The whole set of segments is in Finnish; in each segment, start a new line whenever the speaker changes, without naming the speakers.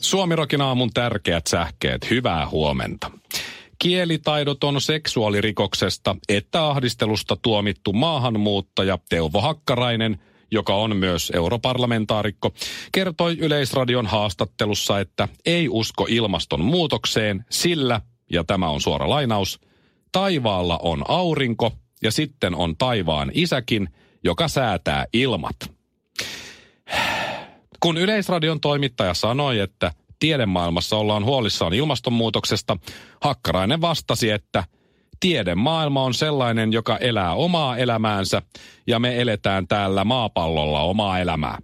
Suomirokin aamun tärkeät sähkeet, hyvää huomenta. Kielitaidot on seksuaalirikoksesta että ahdistelusta tuomittu maahanmuuttaja Teuvo Hakkarainen, joka on myös europarlamentaarikko, kertoi Yleisradion haastattelussa, että ei usko ilmastonmuutokseen sillä, ja tämä on suora lainaus, taivaalla on aurinko ja sitten on taivaan isäkin, joka säätää ilmat. Kun Yleisradion toimittaja sanoi, että tiedemaailmassa ollaan huolissaan ilmastonmuutoksesta, Hakkarainen vastasi, että tiedemaailma on sellainen, joka elää omaa elämäänsä ja me eletään täällä maapallolla omaa elämää.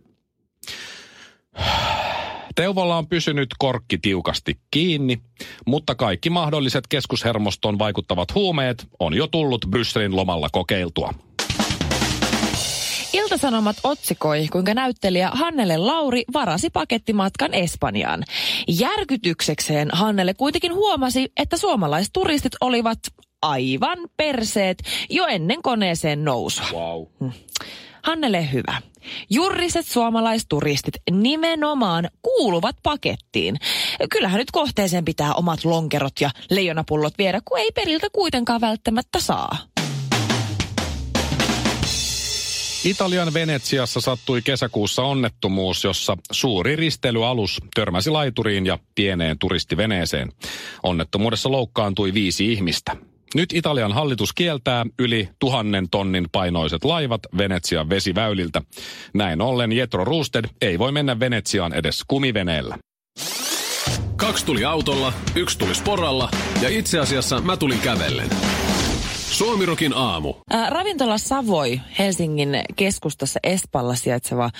Teuvolla on pysynyt korkki tiukasti kiinni, mutta kaikki mahdolliset keskushermostoon vaikuttavat huumeet on jo tullut Brysselin lomalla kokeiltua.
Iltasanomat otsikoi, kuinka näyttelijä Hannele Lauri varasi pakettimatkan Espanjaan. Järkytyksekseen Hannele kuitenkin huomasi, että suomalaisturistit olivat aivan perseet jo ennen koneeseen nousua.
Wow.
Hannele hyvä. Jurriset suomalaisturistit nimenomaan kuuluvat pakettiin. Kyllähän nyt kohteeseen pitää omat lonkerot ja leijonapullot viedä, kun ei periltä kuitenkaan välttämättä saa.
Italian Venetsiassa sattui kesäkuussa onnettomuus, jossa suuri risteilyalus törmäsi laituriin ja pieneen turistiveneeseen. Onnettomuudessa loukkaantui viisi ihmistä. Nyt Italian hallitus kieltää yli tuhannen tonnin painoiset laivat Venetsian vesiväyliltä. Näin ollen Jetro Roosted ei voi mennä Venetsiaan edes kumiveneellä.
Kaksi tuli autolla, yksi tuli sporalla ja itse asiassa mä tulin kävellen. Suomirokin aamu.
Ää, Ravintola Savoi, Helsingin keskustassa Espalla sijaitseva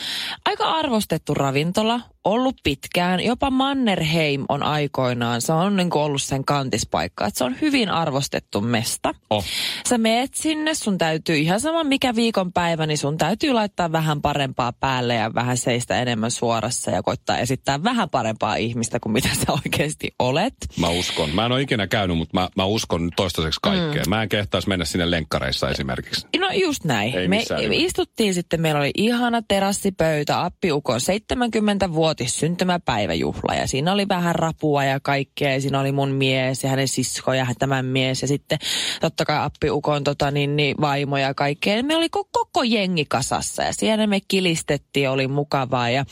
aika arvostettu ravintola, ollut pitkään. Jopa Mannerheim on aikoinaan, se on niin kuin ollut sen kantispaikka. Et se on hyvin arvostettu mesta.
Oh.
Sä meet sinne, sun täytyy ihan sama mikä viikonpäivä, niin sun täytyy laittaa vähän parempaa päälle ja vähän seistä enemmän suorassa ja koittaa esittää vähän parempaa ihmistä kuin mitä sä oikeasti olet.
Mä uskon. Mä en ole ikinä käynyt, mutta mä, mä uskon toistaiseksi kaikkea. Mm. Mä en kehtaisi mennä sinne lenkkareissa esimerkiksi.
No just näin.
Ei
me
missään nimessä.
istuttiin sitten, meillä oli ihana terassipöytä, appiukon 70-vuotis syntymäpäiväjuhla ja siinä oli vähän rapua ja kaikkea ja siinä oli mun mies ja hänen sisko ja tämän mies ja sitten totta kai appiukon tota, niin, niin, vaimo ja kaikkea. Ja me oli ko- koko jengi kasassa ja siellä me kilistettiin, oli mukavaa ja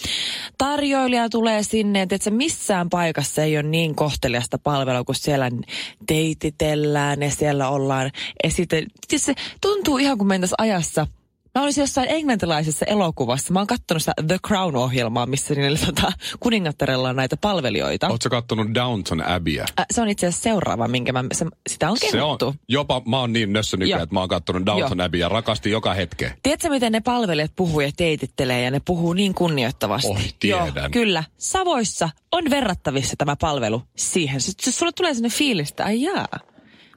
tarjoilija tulee sinne, että se missään paikassa ei ole niin kohteliasta palvelua kuin siellä teititellään ja siellä ollaan esite... Siis se tuntuu ihan kuin mentäisiin ajassa. Mä olisin jossain englantilaisessa elokuvassa. Mä oon kattonut sitä The Crown-ohjelmaa, missä niillä tota, kuningattarella on näitä palvelijoita.
Oletko kattonut Downton Abbeya?
Äh, Se on itse asiassa seuraava, minkä mä, se, sitä on
Se on,
kehuttu.
jopa mä oon niin nössö nykyään,
Joo.
että mä oon kattonut Downton
Joo.
Abbey ja rakastin joka hetke.
Tiedätkö, miten ne palvelijat puhuu ja teitittelee ja ne puhuu niin kunnioittavasti?
Oh, tiedän.
Joo, kyllä. Savoissa on verrattavissa tämä palvelu siihen. S- s- Sulla tulee sinne fiilistä, ai jaa.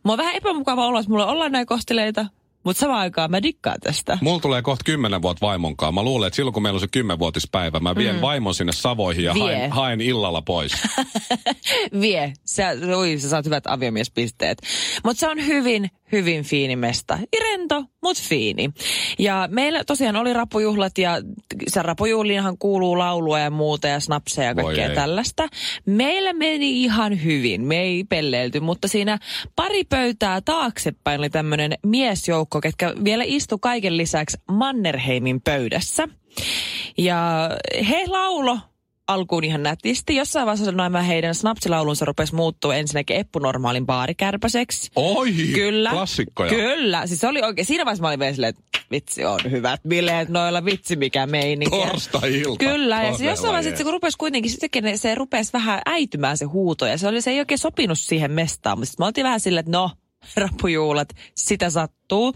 Mua on vähän epämukava olo, että mulla ollaan näin kohteleita, mutta samaan aikaan mä dikkaan tästä.
Mulla tulee kohta kymmenen vuotta vaimonkaan. Mä luulen, että silloin kun meillä on se kymmenvuotispäivä, mä vien mm. vaimon sinne Savoihin ja
Vie.
haen, haen, illalla pois.
Vie. Sä, ui, sä saat hyvät aviomiespisteet. Mutta se on hyvin, hyvin fiini mesta. Ja Rento, mut fiini. Ja meillä tosiaan oli rapujuhlat ja se rapujuhliinhan kuuluu laulua ja muuta ja snapseja ja
Voi
kaikkea
ei.
tällaista. Meillä meni ihan hyvin. Me ei pelleilty, mutta siinä pari pöytää taaksepäin oli tämmöinen miesjoukko, ketkä vielä istu kaiken lisäksi Mannerheimin pöydässä. Ja he laulo alkuun ihan nätisti. Jossain vaiheessa nämä heidän snapsilaulunsa rupesi muuttua ensinnäkin eppunormaalin baarikärpäseksi.
Oi,
Kyllä.
klassikkoja.
Kyllä. Siis se oli oikein. Siinä vaiheessa mä olin vielä silleen, että vitsi on hyvät bileet noilla, vitsi mikä meininki.
Torstai-ilta.
Kyllä, ja se
Todella
jossain vaiheessa
jees.
sitten kun rupesi kuitenkin, sittenkin ne- se rupesi vähän äitymään se huuto, ja se, oli, se ei oikein sopinut siihen mestaan, mutta sitten me oltiin vähän silleen, että no, rapujuulat, sitä sattuu.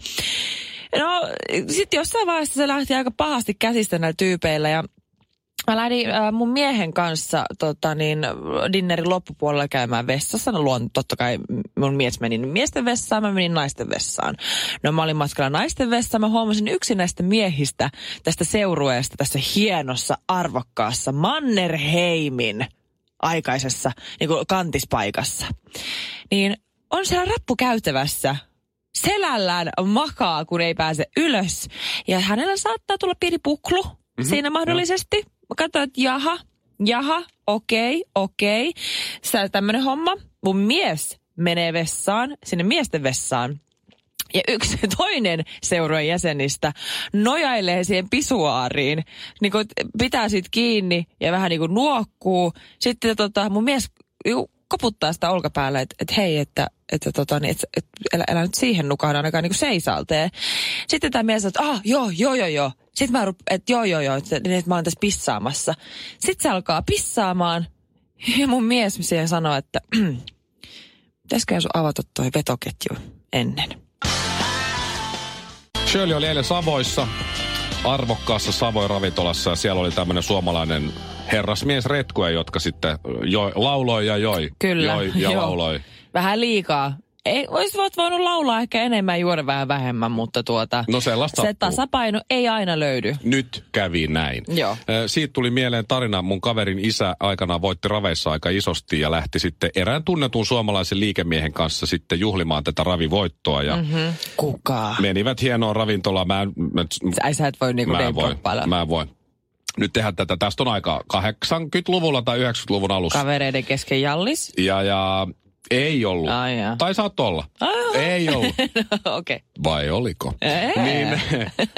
No, sitten jossain vaiheessa se lähti aika pahasti käsistä näillä tyypeillä, ja Mä lähdin äh, mun miehen kanssa tota, niin, dinnerin loppupuolella käymään vessassa. No luon, totta kai mun mies meni miesten vessaan, mä menin naisten vessaan. No mä olin matkalla naisten vessaan, mä huomasin yksi näistä miehistä tästä seurueesta tässä hienossa, arvokkaassa Mannerheimin aikaisessa niin kuin kantispaikassa. Niin on siellä rappukäytävässä selällään makaa, kun ei pääse ylös. Ja hänellä saattaa tulla pieni puklu mm-hmm. siinä mahdollisesti. Mä katsoin, että jaha, jaha, okei, okei. Sä tämmönen homma. Mun mies menee vessaan, sinne miesten vessaan. Ja yksi toinen seurueen jäsenistä nojailee siihen pisuaariin, niin kuin pitää sit kiinni ja vähän niin kuin nuokkuu. Sitten tota, mun mies ju- koputtaa sitä olkapäällä, että et hei, että että tota, niin, et, et, älä, älä, nyt siihen nukahda ainakaan niin seisalteen. Sitten tämä mies sanoo, että ah, joo, joo, joo, joo. Sitten mä rup, että joo, joo, joo, että, niin, että mä oon tässä pissaamassa. Sitten se alkaa pissaamaan ja mun mies siihen sanoo, että pitäisikö sun avata toi vetoketju ennen.
Shirley oli eilen Savoissa, arvokkaassa Savoin ravintolassa ja siellä oli tämmöinen suomalainen herrasmies retkuja, jotka sitten joi, lauloi ja joi.
Kyllä,
Joi ja
joo.
lauloi.
Vähän liikaa. Ei, olisivat voinut laulaa ehkä enemmän, juoda vähän vähemmän, mutta tuota,
No sellaista
se
sattuu.
tasapaino ei aina löydy.
nyt kävi näin.
Joo.
Ö, Siitä tuli mieleen tarina. Mun kaverin isä aikanaan voitti raveissa aika isosti ja lähti sitten erään tunnetun suomalaisen liikemiehen kanssa sitten juhlimaan tätä ravivoittoa. Ja
Mhm.
mm-hmm.
Kuka?
menivät hienoon ravintolaan. Mä, en- mä,
Ai sä et voi niinku
mä en voi.
deikkoppailla.
Mä en voi. Nyt tehdään tätä. Tästä on aikaa 80-luvulla tai 90-luvun alussa.
Kavereiden kesken jallis?
Ja, ja ei ollut.
Ai jaa.
tai saattoi olla. Ei ollut.
Okei.
Vai oliko?
Ee.
Niin,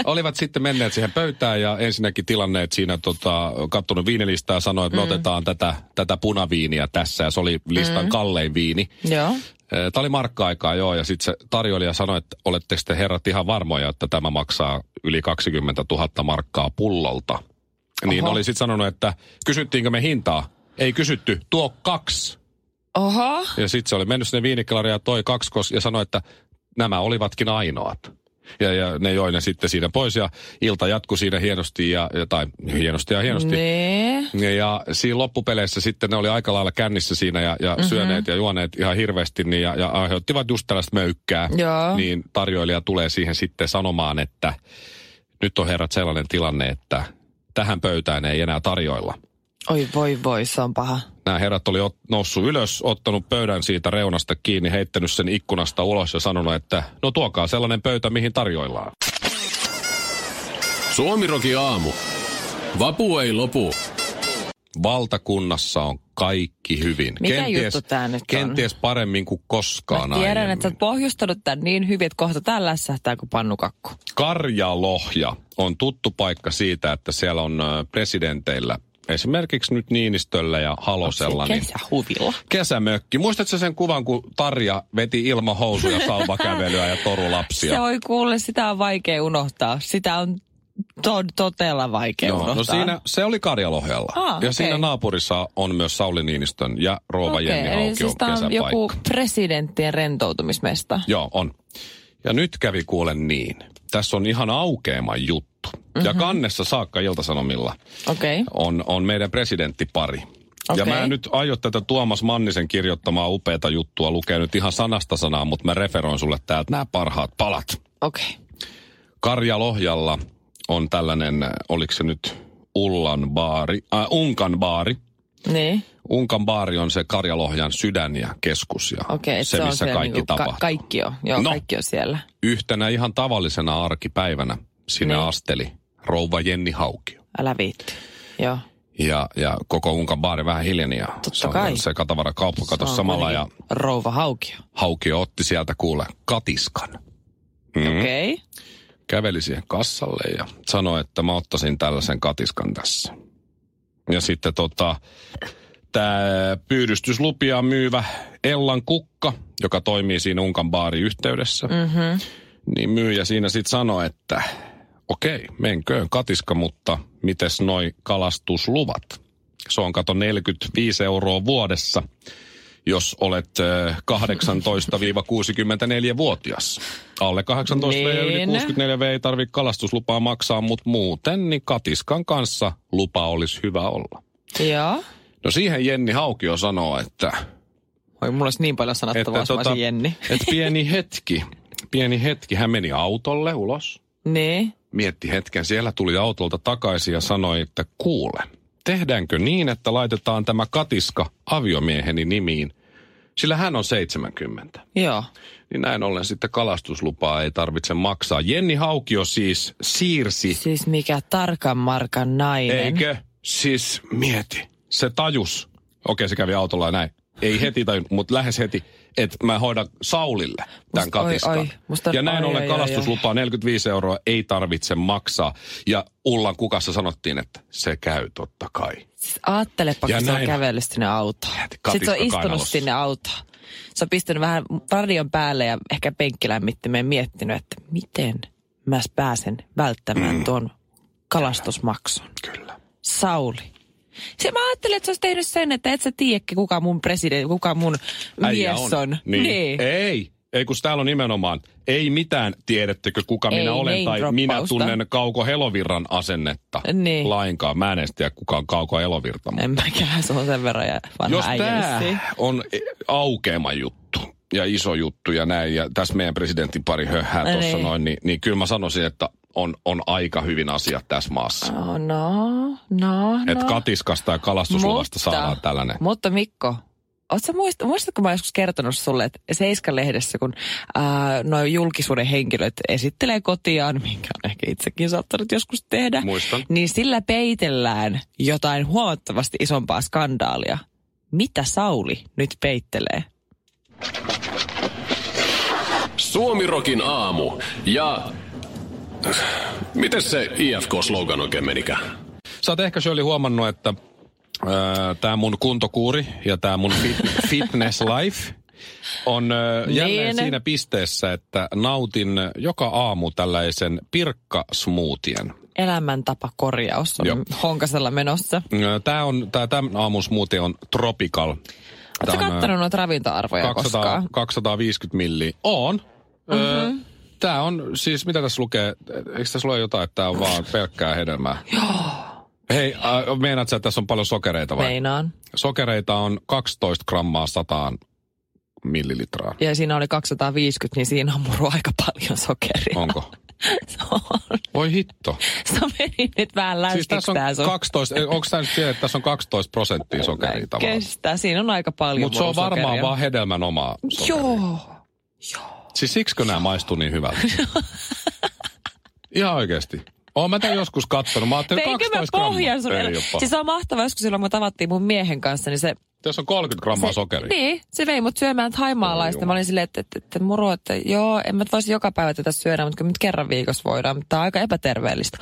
olivat sitten menneet siihen pöytään ja ensinnäkin tilanneet siinä tota, kattonut viinilistaa ja sanoi, että me otetaan tätä, tätä punaviiniä tässä ja se oli listan mm. kallein viini.
Joo.
Ee, Tämä oli markka-aikaa, joo, ja sitten se tarjoilija sanoi, että oletteko te herrat ihan varmoja, että tämä maksaa yli 20 000 markkaa pullolta. Niin
Oho.
oli sitten sanonut, että kysyttiinkö me hintaa? Ei kysytty, tuo kaksi.
Oho.
Ja sitten se oli mennyt sinne viinikelariin ja toi kaksikos ja sanoi, että nämä olivatkin ainoat. Ja, ja ne joi ne sitten siinä pois ja ilta jatkui siinä hienosti ja, ja tai hienosti ja hienosti.
Niin.
Ja, ja siinä loppupeleissä sitten ne oli aika lailla kännissä siinä ja, ja
Mhm.
mm-hmm. syöneet ja juoneet ihan hirveästi niin ja, ja aiheuttivat just tällaista möykkää.
Joo.
Niin tarjoilija tulee siihen sitten sanomaan, että nyt on herrat sellainen tilanne, että tähän pöytään ei enää tarjoilla
Oi voi voi, se on paha.
nämä herrat oli ot- noussut ylös, ottanut pöydän siitä reunasta kiinni, heittänyt sen ikkunasta ulos ja sanonut, että no tuokaa sellainen pöytä, mihin tarjoillaan.
Suomiroki aamu. Vapu ei lopu.
Valtakunnassa on kaikki hyvin.
Mikä juttu tää nyt on?
Kenties paremmin kuin koskaan
Mä tiedän,
aiemmin.
että sä oot pohjustanut tän niin hyvin, että kohta tää lässähtää kuin pannukakku.
Karjalohja on tuttu paikka siitä, että siellä on ö, presidenteillä, esimerkiksi nyt Niinistöllä ja Halosella, niin
Kesähuvilla.
kesämökki. Muistatko sen kuvan, kun Tarja veti ilman housuja sauvakävelyä ja toru lapsia?
Se voi kuule, sitä on vaikea unohtaa. Sitä on to- todella vaikea
Joo,
unohtaa.
no siinä, se oli Karjalohjalla.
Aa,
ja
Ah, okei.
siinä naapurissa on myös Sauli Niinistön ja Rouva okay, Jenni
eli siis
Haukion
tää on
kesäpaikka.
joku presidenttien rentoutumismesta.
Joo, on. Ja nyt kävi kuulen niin. Tässä on ihan aukeama juttu. Mm-hmm.
Mhm.
Mhm.
Ja kannessa saakka Iltasanomilla
Okei. Okay.
on, on meidän presidenttipari. Ja
Okei.
mä en nyt aio tätä Tuomas Mannisen kirjoittamaa upeata juttua lukea nyt ihan sanasta sanaa, mutta mä referoin sulle täältä nämä parhaat palat.
Okei. Okay.
Karjalohjalla on tällainen, äh, oliko se nyt Ullan baari, äh, Unkan baari.
Niin,
Unkan baari on se Karjalohjan sydän ja keskus ja
okei. Okay,
se, missä kaikki
niinku,
tapahtuu.
Ka- kaikki on, joo,
No.
no. kaikki on siellä.
Yhtenä ihan tavallisena arkipäivänä sinne
Niin.
asteli rouva Jenni Haukio.
Älä viitti. Joo.
Ja, ja koko Unkan baari vähän hiljeni ja se, on-
kai.
se katavarakauppa
Se
katsoi
on
samalla ja
kuitenkin Rouva Haukio.
Haukio otti sieltä kuule katiskan. Mm-hmm.
Mm. Okei. Okay.
käveli siihen kassalle ja sanoi, että mä ottaisin tällaisen katiskan tässä. Ja sitten tota, tämä pyydystyslupia myyvä Ellan Kukka, joka toimii siinä Unkan baari yhteydessä, mm-hmm. niin myyjä siinä sitten sanoi, että okei, menköön katiska, mutta mites noi kalastusluvat? Se on kato 45 euroa vuodessa jos olet eh, 18-64-vuotias. Alle 18 V ja yli
Niin.
64 V ei tarvitse kalastuslupaa maksaa, mutta muuten niin katiskan kanssa lupa olisi hyvä olla.
Joo.
No siihen Jenni Haukio sanoo, että,
Oi, mulla olisi niin paljon sanottavaa,
että,
että tota... Jenni.
että pieni hetki, pieni hetki, hän meni autolle ulos,
Niin.
mietti hetken, siellä tuli autolta takaisin ja sanoi, että kuule, tehdäänkö niin, että laitetaan tämä katiska aviomieheni nimiin, sillä hän on 70.
Joo.
Niin näin ollen sitten kalastuslupaa ei tarvitse maksaa. Jenni Haukio siis siirsi,
Siis mikä tarkan markan nainen.
eikö? Siis mieti. Se tajus. Okei, se kävi autolla ja näin. Ei heti tajunnut, mutta lähes heti, että mä hoidan Saulille tämän
Musta- oi,
katiskan.
oi. Musta-
ja näin
oi,
ollen
oi, oi,
kalastuslupaa 45 euroa ei tarvitse maksaa. Ja Ullan kukassa sanottiin, että se käy totta kai.
Siis ajattelepa,
Ja
kun se on
näin.
kävellyt sinne autoon.
Katiska
Sitten se on istunut
kainalossa.
sinne autoon. Se on pistänyt vähän radion päälle ja ehkä penkkilämmittimeen miettinyt, että miten mä pääsen välttämään mm. tuon kalastusmaksun.
Kyllä.
Sauli. Se mä ajattelin, että se olisi tehnyt sen, että et sä tiedä, kuka mun president, kuka mun
Äijä
mies on.
Niin. niin. Ei. Ei, kun täällä on nimenomaan, ei mitään tiedättekö, kuka
Ei
minä olen tai
name-droppausta.
minä tunnen Kauko Helovirran asennetta
Niin.
lainkaan. Mä en edes tiedä, kuka on Kauko Helovirta. mutta-
En mäkään, se on sen verran ja vanha
Jos
äijä
tämä
vissiin.
on e- aukeama juttu ja iso juttu ja näin, ja tässä meidän presidentin pari höhää
No
tuossa
niin.
noin, niin, niin kyllä mä sanoisin, että on, on aika hyvin asiat tässä maassa.
No, no, no.
Että
no.
katiskasta ja kalastusluvasta saadaan tällainen.
Mutta Mikko, Oletko muista, muistatko mä oon joskus kertonut sulle, että Seiska-lehdessä, kun ää, noin julkisuuden henkilöt esittelee kotiaan, minkä on ehkä itsekin saattanut joskus tehdä,
Muistan.
niin sillä peitellään jotain huomattavasti isompaa skandaalia. Mitä Sauli nyt peittelee?
Suomirokin aamu ja... Miten se IFK-slogan oikein menikään?
Sä oot ehkä Shirley huomannut, että tämä mun kuntokuuri ja tämä mun fit, fitness life on ö, jälleen
Niin.
siinä pisteessä, että nautin joka aamu tällaisen pirkkasmuutien.
Elämäntapakorjaus on
Joo.
Honkasella menossa.
Tämä on, tää, tämän aamun smoothie on tropical. Tää
Oletko
on, ö,
kattonut noita ravintoarvoja
200,
koskaan? Mhm.
250 milliä. On. Mm-hmm. Tämä on siis, mitä tässä lukee? Eikö tässä lue jotain, että tämä on vaan pelkkää hedelmää? Hei, äh, meinaat sä, että tässä on paljon sokereita vai?
Meinaan.
Sokereita on 12 grammaa 100 millilitraa.
Ja siinä oli 250, niin siinä on muru aika paljon sokeria.
Onko?
Se on.
Voi hitto.
Se meni nyt vähän
Siis
läskiksi
tässä on 12, onko tämä nyt siellä, että tässä on 12 prosenttia sokeria tavallaan?
Kestää, siinä on aika paljon
Mutta se on
murusokeria.
varmaan vaan hedelmän omaa sokeria.
Joo.
Siis siksikö nämä maistuu niin hyvältä? Ihan oikeasti. Oon mä tämän joskus kattonut. Mä ajattelin
Teinkö mä
12
pohjan sun
grammaa. Ei jopa.
Siis se on mahtavaa, joskus silloin kun tavattiin mun miehen kanssa, niin se...
Tässä on 30 grammaa
se
sokeria.
Niin, se vei mut syömään
Oi
thaimaalaista.
jumala.
Mä olin silleen, että, että, että muru, että joo, en mä nyt voisi joka päivä tätä syödä, mutta kyllä nyt kerran viikossa voidaan, mutta tää on aika epäterveellistä.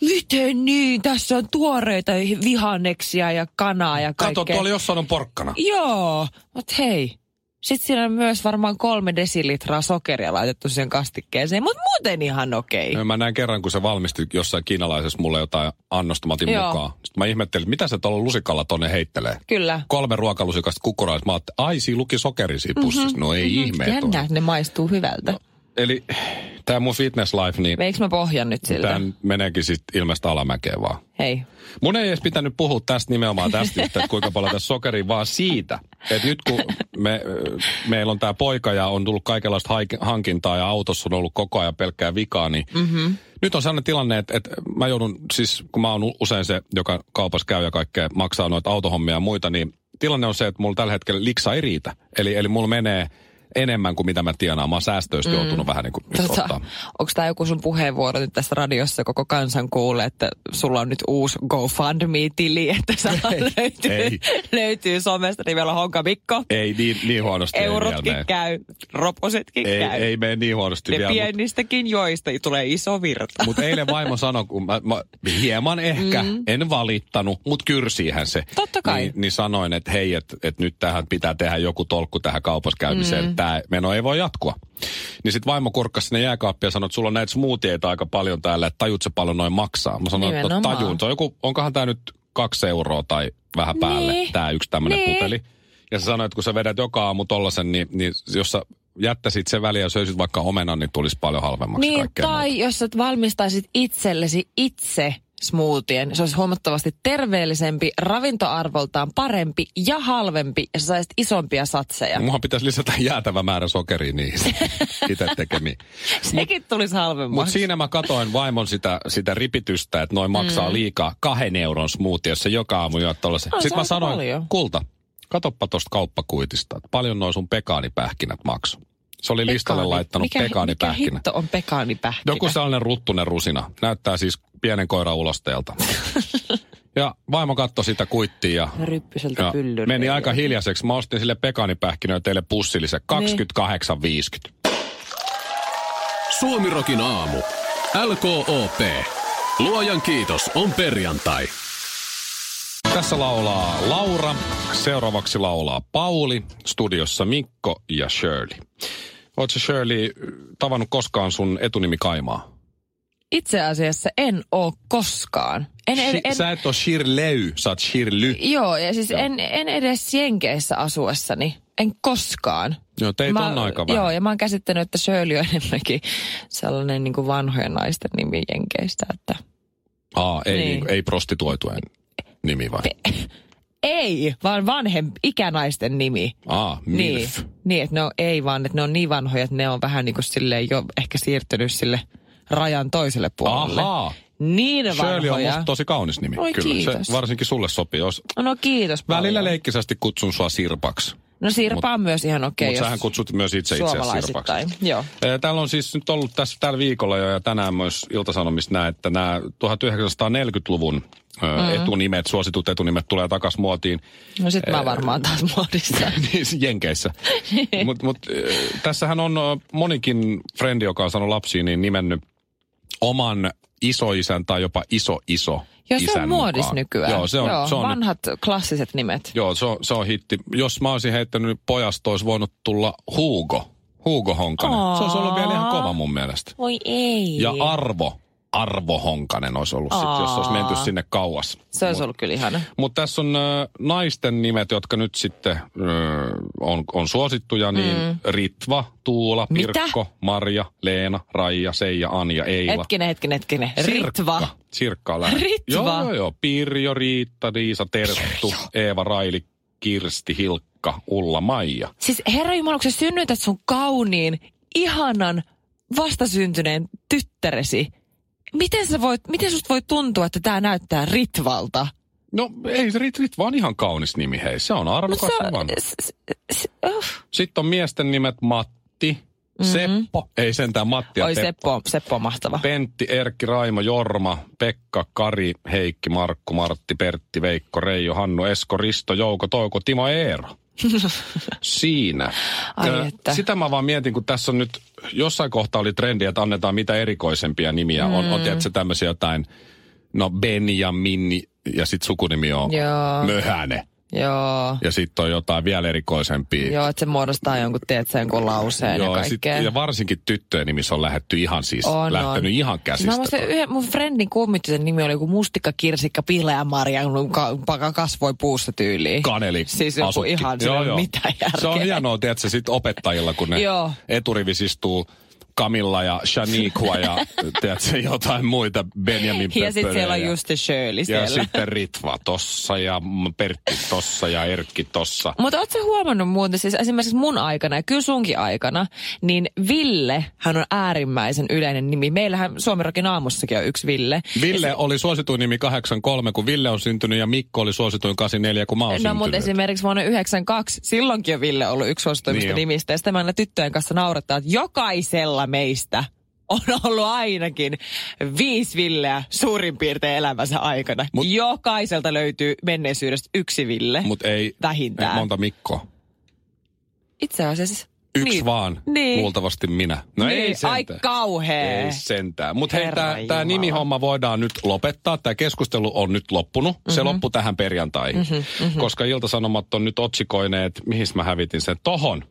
Miten niin? Tässä on tuoreita vihanneksia ja kanaa ja kaikkea.
Kato, tuolla jossain on porkkana.
Joo, mutta hei. Sitten siinä on myös varmaan kolme desilitraa sokeria laitettu siihen kastikkeeseen, mutta muuten ihan okei. Okay.
Mä näin kerran, kun se valmisti jossain kiinalaisessa mulle jotain annosta, mä otin
Joo.
mukaan. Sitten mä ihmettelin, että mitä se tuolla lusikalla tonne heittelee.
Kyllä.
Kolme ruokalusikasta kukkuroista. Mä ajattelin, ai siinä luki sokeri siinä pussissa. No ei mm-hmm. ihme. että on.
Jännä, ne maistuu hyvältä. No,
Eli tämä mun fitness life, niin
Veikö mä pohjan nyt siltä?
tämä meneekin sitten ilmeisesti alamäkeen vaan.
Hei.
Mun ei edes pitänyt puhua tästä nimenomaan tästä, just, että kuinka paljon tässä sokeria, vaan siitä, että nyt kun me, ö, meillä on tämä poika ja on tullut kaikenlaista haik- hankintaa ja autossa on ollut koko ajan pelkkää vikaa, niin mm-hmm. nyt on sellainen tilanne, että, että mä joudun siis, kun mä oon u- usein se, joka kaupassa käy ja kaikkea maksaa noita autohommia ja muita, niin tilanne on se, että mulla tällä hetkellä liksa ei riitä. Eli, eli mulla menee enemmän kuin mitä mä tienaan. Mä oon säästöistä mm. joutunut vähän niin kuin nyt
Tota,
ottaa.
onko tämä joku sun puheenvuoro nyt tässä radiossa koko kansan kuulee, että sulla on nyt uusi GoFundMe-tili, että sä löytyy,
ei.
löytyy somesta nimellä Honka Mikko.
Ei niin, niin huonosti. ei vielä
Eurotkin
mene.
käy, roposetkin
ei,
käy.
ei mene niin huonosti
ne
vielä. mut-
pienistäkin joista tulee iso virta.
Mutta eilen vaimo sanoi, kun mä, mä hieman ehkä, mm. en valittanut, mutta kyrsiihän se.
Totta kai.
Niin, niin sanoin, että hei, että et nyt tähän pitää tehdä joku tolkku tähän kaupassa käymiseen. Mm. Tämä meno ei voi jatkua. Niin sitten vaimo kurkkasi sinne jääkaappiin ja sanoi, että sulla on näitä smoothieita aika paljon täällä, että tajut se paljon noin maksaa. Mä sanoin, että no,
Nimenomaan.
tajun. Se on joku, onkohan tämä nyt kaksi euroa tai vähän päälle,
Niin.
tämä yksi tämmöinen
Niin.
puteli. Ja sä sanoit, että kun sä vedät joka aamu tollasen, niin, niin jos sä jättäisit sen väliä ja söisit vaikka omenan, niin tulisi paljon halvemmaksi
Niin,
kaikkea
tai
muuta.
jos sä valmistaisit itsellesi itse smoothien, se olisi huomattavasti terveellisempi, ravintoarvoltaan parempi ja halvempi, ja sä saisit isompia satseja.
Munhan pitäisi lisätä jäätävä määrä sokeria niistä itse tekemiin.
Sekin tulisi
Mutta
halvemmaksi.
siinä mä katoin vaimon sitä, sitä ripitystä, että noin maksaa liikaa kahden euron smoothie, jos se joka aamu juot tollasen.
Mm. On se
Sitten mä
aika
sanoin,
paljon.
kulta, katoppa tosta kauppakuitista, että paljon noin sun pekaanipähkinät maksu. Se oli listalle
Pekaani.
laittanut No,
mikä,
pekaanipähkinä.
Mikä hitto on pekaanipähkinä?
Joku sellainen ruttunen rusina. Näyttää siis pienen koiran ulosteelta. ja vaimo katsoi sitä kuittia ja,
Ryppyseltä
ja
pyllyn.
meni
ei
aika
ole.
hiljaiseksi. Mä ostin sille pekaanipähkinöä teille pussillisen
Niin.
28,50.
Suomirokin aamu. LKOP. Luojan kiitos on perjantai.
Tässä laulaa Laura, seuraavaksi laulaa Pauli, studiossa Mikko ja Shirley. Oletko Shirley tavannut koskaan sun etunimi Kaimaa?
Itse asiassa en oo koskaan. En, en,
Shi-
en,
Sä et ole Shirley, sä oot Shirley.
Joo, ja siis en, en edes Jenkeissä asuessani. En koskaan.
Joo, No, teitä on aika vähän.
Joo, ja mä oon käsittänyt, että Shirley on enemmänkin sellainen niin kuin vanhojen naisten nimi Jenkeistä, että
Aa, ei,
Niin.
niin. ei prostituoitujen nimi vai?
ei, vaan vanhempi, ikänaisten nimi.
Aa, MILF.
Niin, niin, että ne on, ei vaan, että ne on niin vanhoja, että ne on vähän niin kuin silleen jo ehkä siirtynyt sille rajan toiselle puolelle.
Ahaa.
Niin
Shirley on
vanhoja.
musta tosi kaunis nimi.
Oi,
Kyllä,
kiitos.
se varsinkin sulle sopii. Jos
No kiitos paljon.
välillä leikkisesti kutsun sua Sirpaksi.
No Sirpa on myös ihan okei,
Mutta
jos
sähän kutsut myös itse itseäsi Sirpaksi.
suomalaisittain. Joo.
Eh, Täällä on siis nyt ollut tässä tällä viikolla jo ja tänään myös Iltasanomissa näin, että nämä 1940-luvun ö,
Mm-hmm.
etunimet, suositut etunimet tulee takaisin muotiin
No sit mä varmaan taas muodissa.
Niissä Jenkeissä. Mutta mut, äh, tässähän on äh, monikin frendi, joka on saanut lapsia, niin nimennyt oman isoisän tai jopa iso iso
Joo, se on muodis
mukaan.
nykyään.
Joo, se on,
Joo,
se on nyt
vanhat klassiset nimet.
Joo, se on, se on hitti. Jos mä olisin heittänyt niin pojasta, olisi voinut tulla Hugo. Hugo Honkanen. Aa. Se olisi ollut vielä ihan kova mun mielestä.
Voi ei.
Ja Arvo. Arvo Honkanen olisi ollut sitten, jos olisi menty sinne kauas.
se olisi ollut kyllä ihana.
Mutta tässä on ö, naisten nimet, jotka nyt sitten ö, on, on suosittuja, niin mm. Ritva, Tuula,
Mitä?
Pirkko, Marja, Leena, Raija, Seija, Anja, Eila.
Hetkinen, hetkinen, hetkinen. Ritva.
Sirkka. Sirkka on lähellä.
Ritva.
Joo, joo, joo. Pirjo, Riitta, Liisa, Terttu, Eeva, Raili, Kirsti, Hilkka, Ulla, Maija.
Siis herra Jumala, kun sä synnytät sun kauniin, ihanan, vastasyntyneen tyttäresi, miten, sä voit, miten susta voi tuntua, että tämä näyttää Ritvalta?
No ei, se Rit, Ritva on ihan kaunis nimi, hei. Se on arvokas
Mut No se
ja No vanha.
on, s- s- s- uh.
Sitten on miesten nimet Matti, mm-hmm. Seppo. Ei sentään Matti ja
Oi
Peppo.
Seppo, on- Seppo on mahtava.
Pentti, Erkki, Raimo, Jorma, Pekka, Kari, Heikki, Markku, Martti, Pertti, Veikko, Reijo, Hannu, Esko, Risto, Jouko, Touko, Timo, Eero. Siinä.
Ai
Ö,
että.
Sitä mä vaan mietin, kun tässä on nyt jossain kohtaa oli trendi, että annetaan mitä erikoisempia nimiä. Mm. On, on tiedätkö, tämmöisiä jotain, no Benjamin ja sit sukunimi on
Joo.
Möhäne.
Joo.
Ja sitten on jotain vielä erikoisempia.
Joo, että se muodostaa jonkun, teet sen jonkun lauseen Joo, ja
ja, sit,
kaikkea.
ja varsinkin tyttöjen nimissä on lähetty ihan siis,
On,
lähtenyt
on.
ihan käsistä.
Mä muistan, yhden mun friendin kummituksen nimi oli joku mustikka, kirsikka, pihla ja marja, joka kasvoi puussa tyyliin.
kaneli.
Siis joku
asukki.
ihan, se on mitä järkeä.
Se on hienoa, tiedätkö, sit opettajilla, kun ne
Joo.
eturivis istuu Kamilla ja Shaniqua ja tiedätkö, jotain muita Benjamin
ja sitten
Pöppölöjä.
siellä on just se Shirley
Ja
siellä.
sitten Ritva tossa ja m- Pertti tossa ja Erkki tossa.
Mutta ootko huomannut muuten, siis esimerkiksi mun aikana ja kyllä sunkin aikana, niin Ville, hän on äärimmäisen yleinen nimi. Meillähän Suomirokin aamussakin on yksi Ville.
Ville oli suosituin nimi 83, kun Ville on syntynyt ja Mikko oli suosituin 84, kun mä oon
No mutta
syntynyt.
esimerkiksi vuonna 92, silloinkin on Ville ollut yksi suosituimmista
Niin
niin
on.
nimistä. Ja sitten mä aina tyttöjen kanssa naurattaa, että jokaisella meistä on ollut ainakin viisi Villeä suurin piirtein elämänsä aikana.
Mut-
Mut, Jokaiselta löytyy menneisyydestä yksi Ville. Mut,
Mutta ei,
Vähintään.
ei monta Mikkoa.
Itse asiassa...
Yksi vaan,
Niin.
luultavasti minä. No
niin,
ei
ai
sentään.
kauhee.
Ei sentään. Mutta hei,
Herra
tämä
Jumala.
nimihomma voidaan nyt lopettaa. Tämä keskustelu on nyt loppunut. Mm-hmm. Se
Mhm.
loppu tähän perjantaihin. Mm-hmm, mm-hmm. Koska Iltasanomat on nyt otsikoineet, mihin mä hävitin sen, tohon.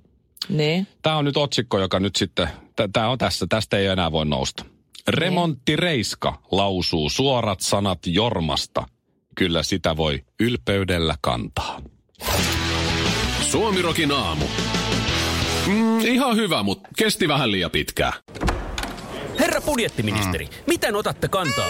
Niin.
Tämä on nyt otsikko, joka nyt sitten, tämä on tässä, tästä ei enää voi nousta. Remontti Reiska lausuu suorat sanat Jormasta. Kyllä sitä voi ylpeydellä kantaa.
Suomirokin aamu. Mm, ihan hyvä, mutta kesti vähän liian pitkään.
Herra budjettiministeri, mm. miten otatte kantaa?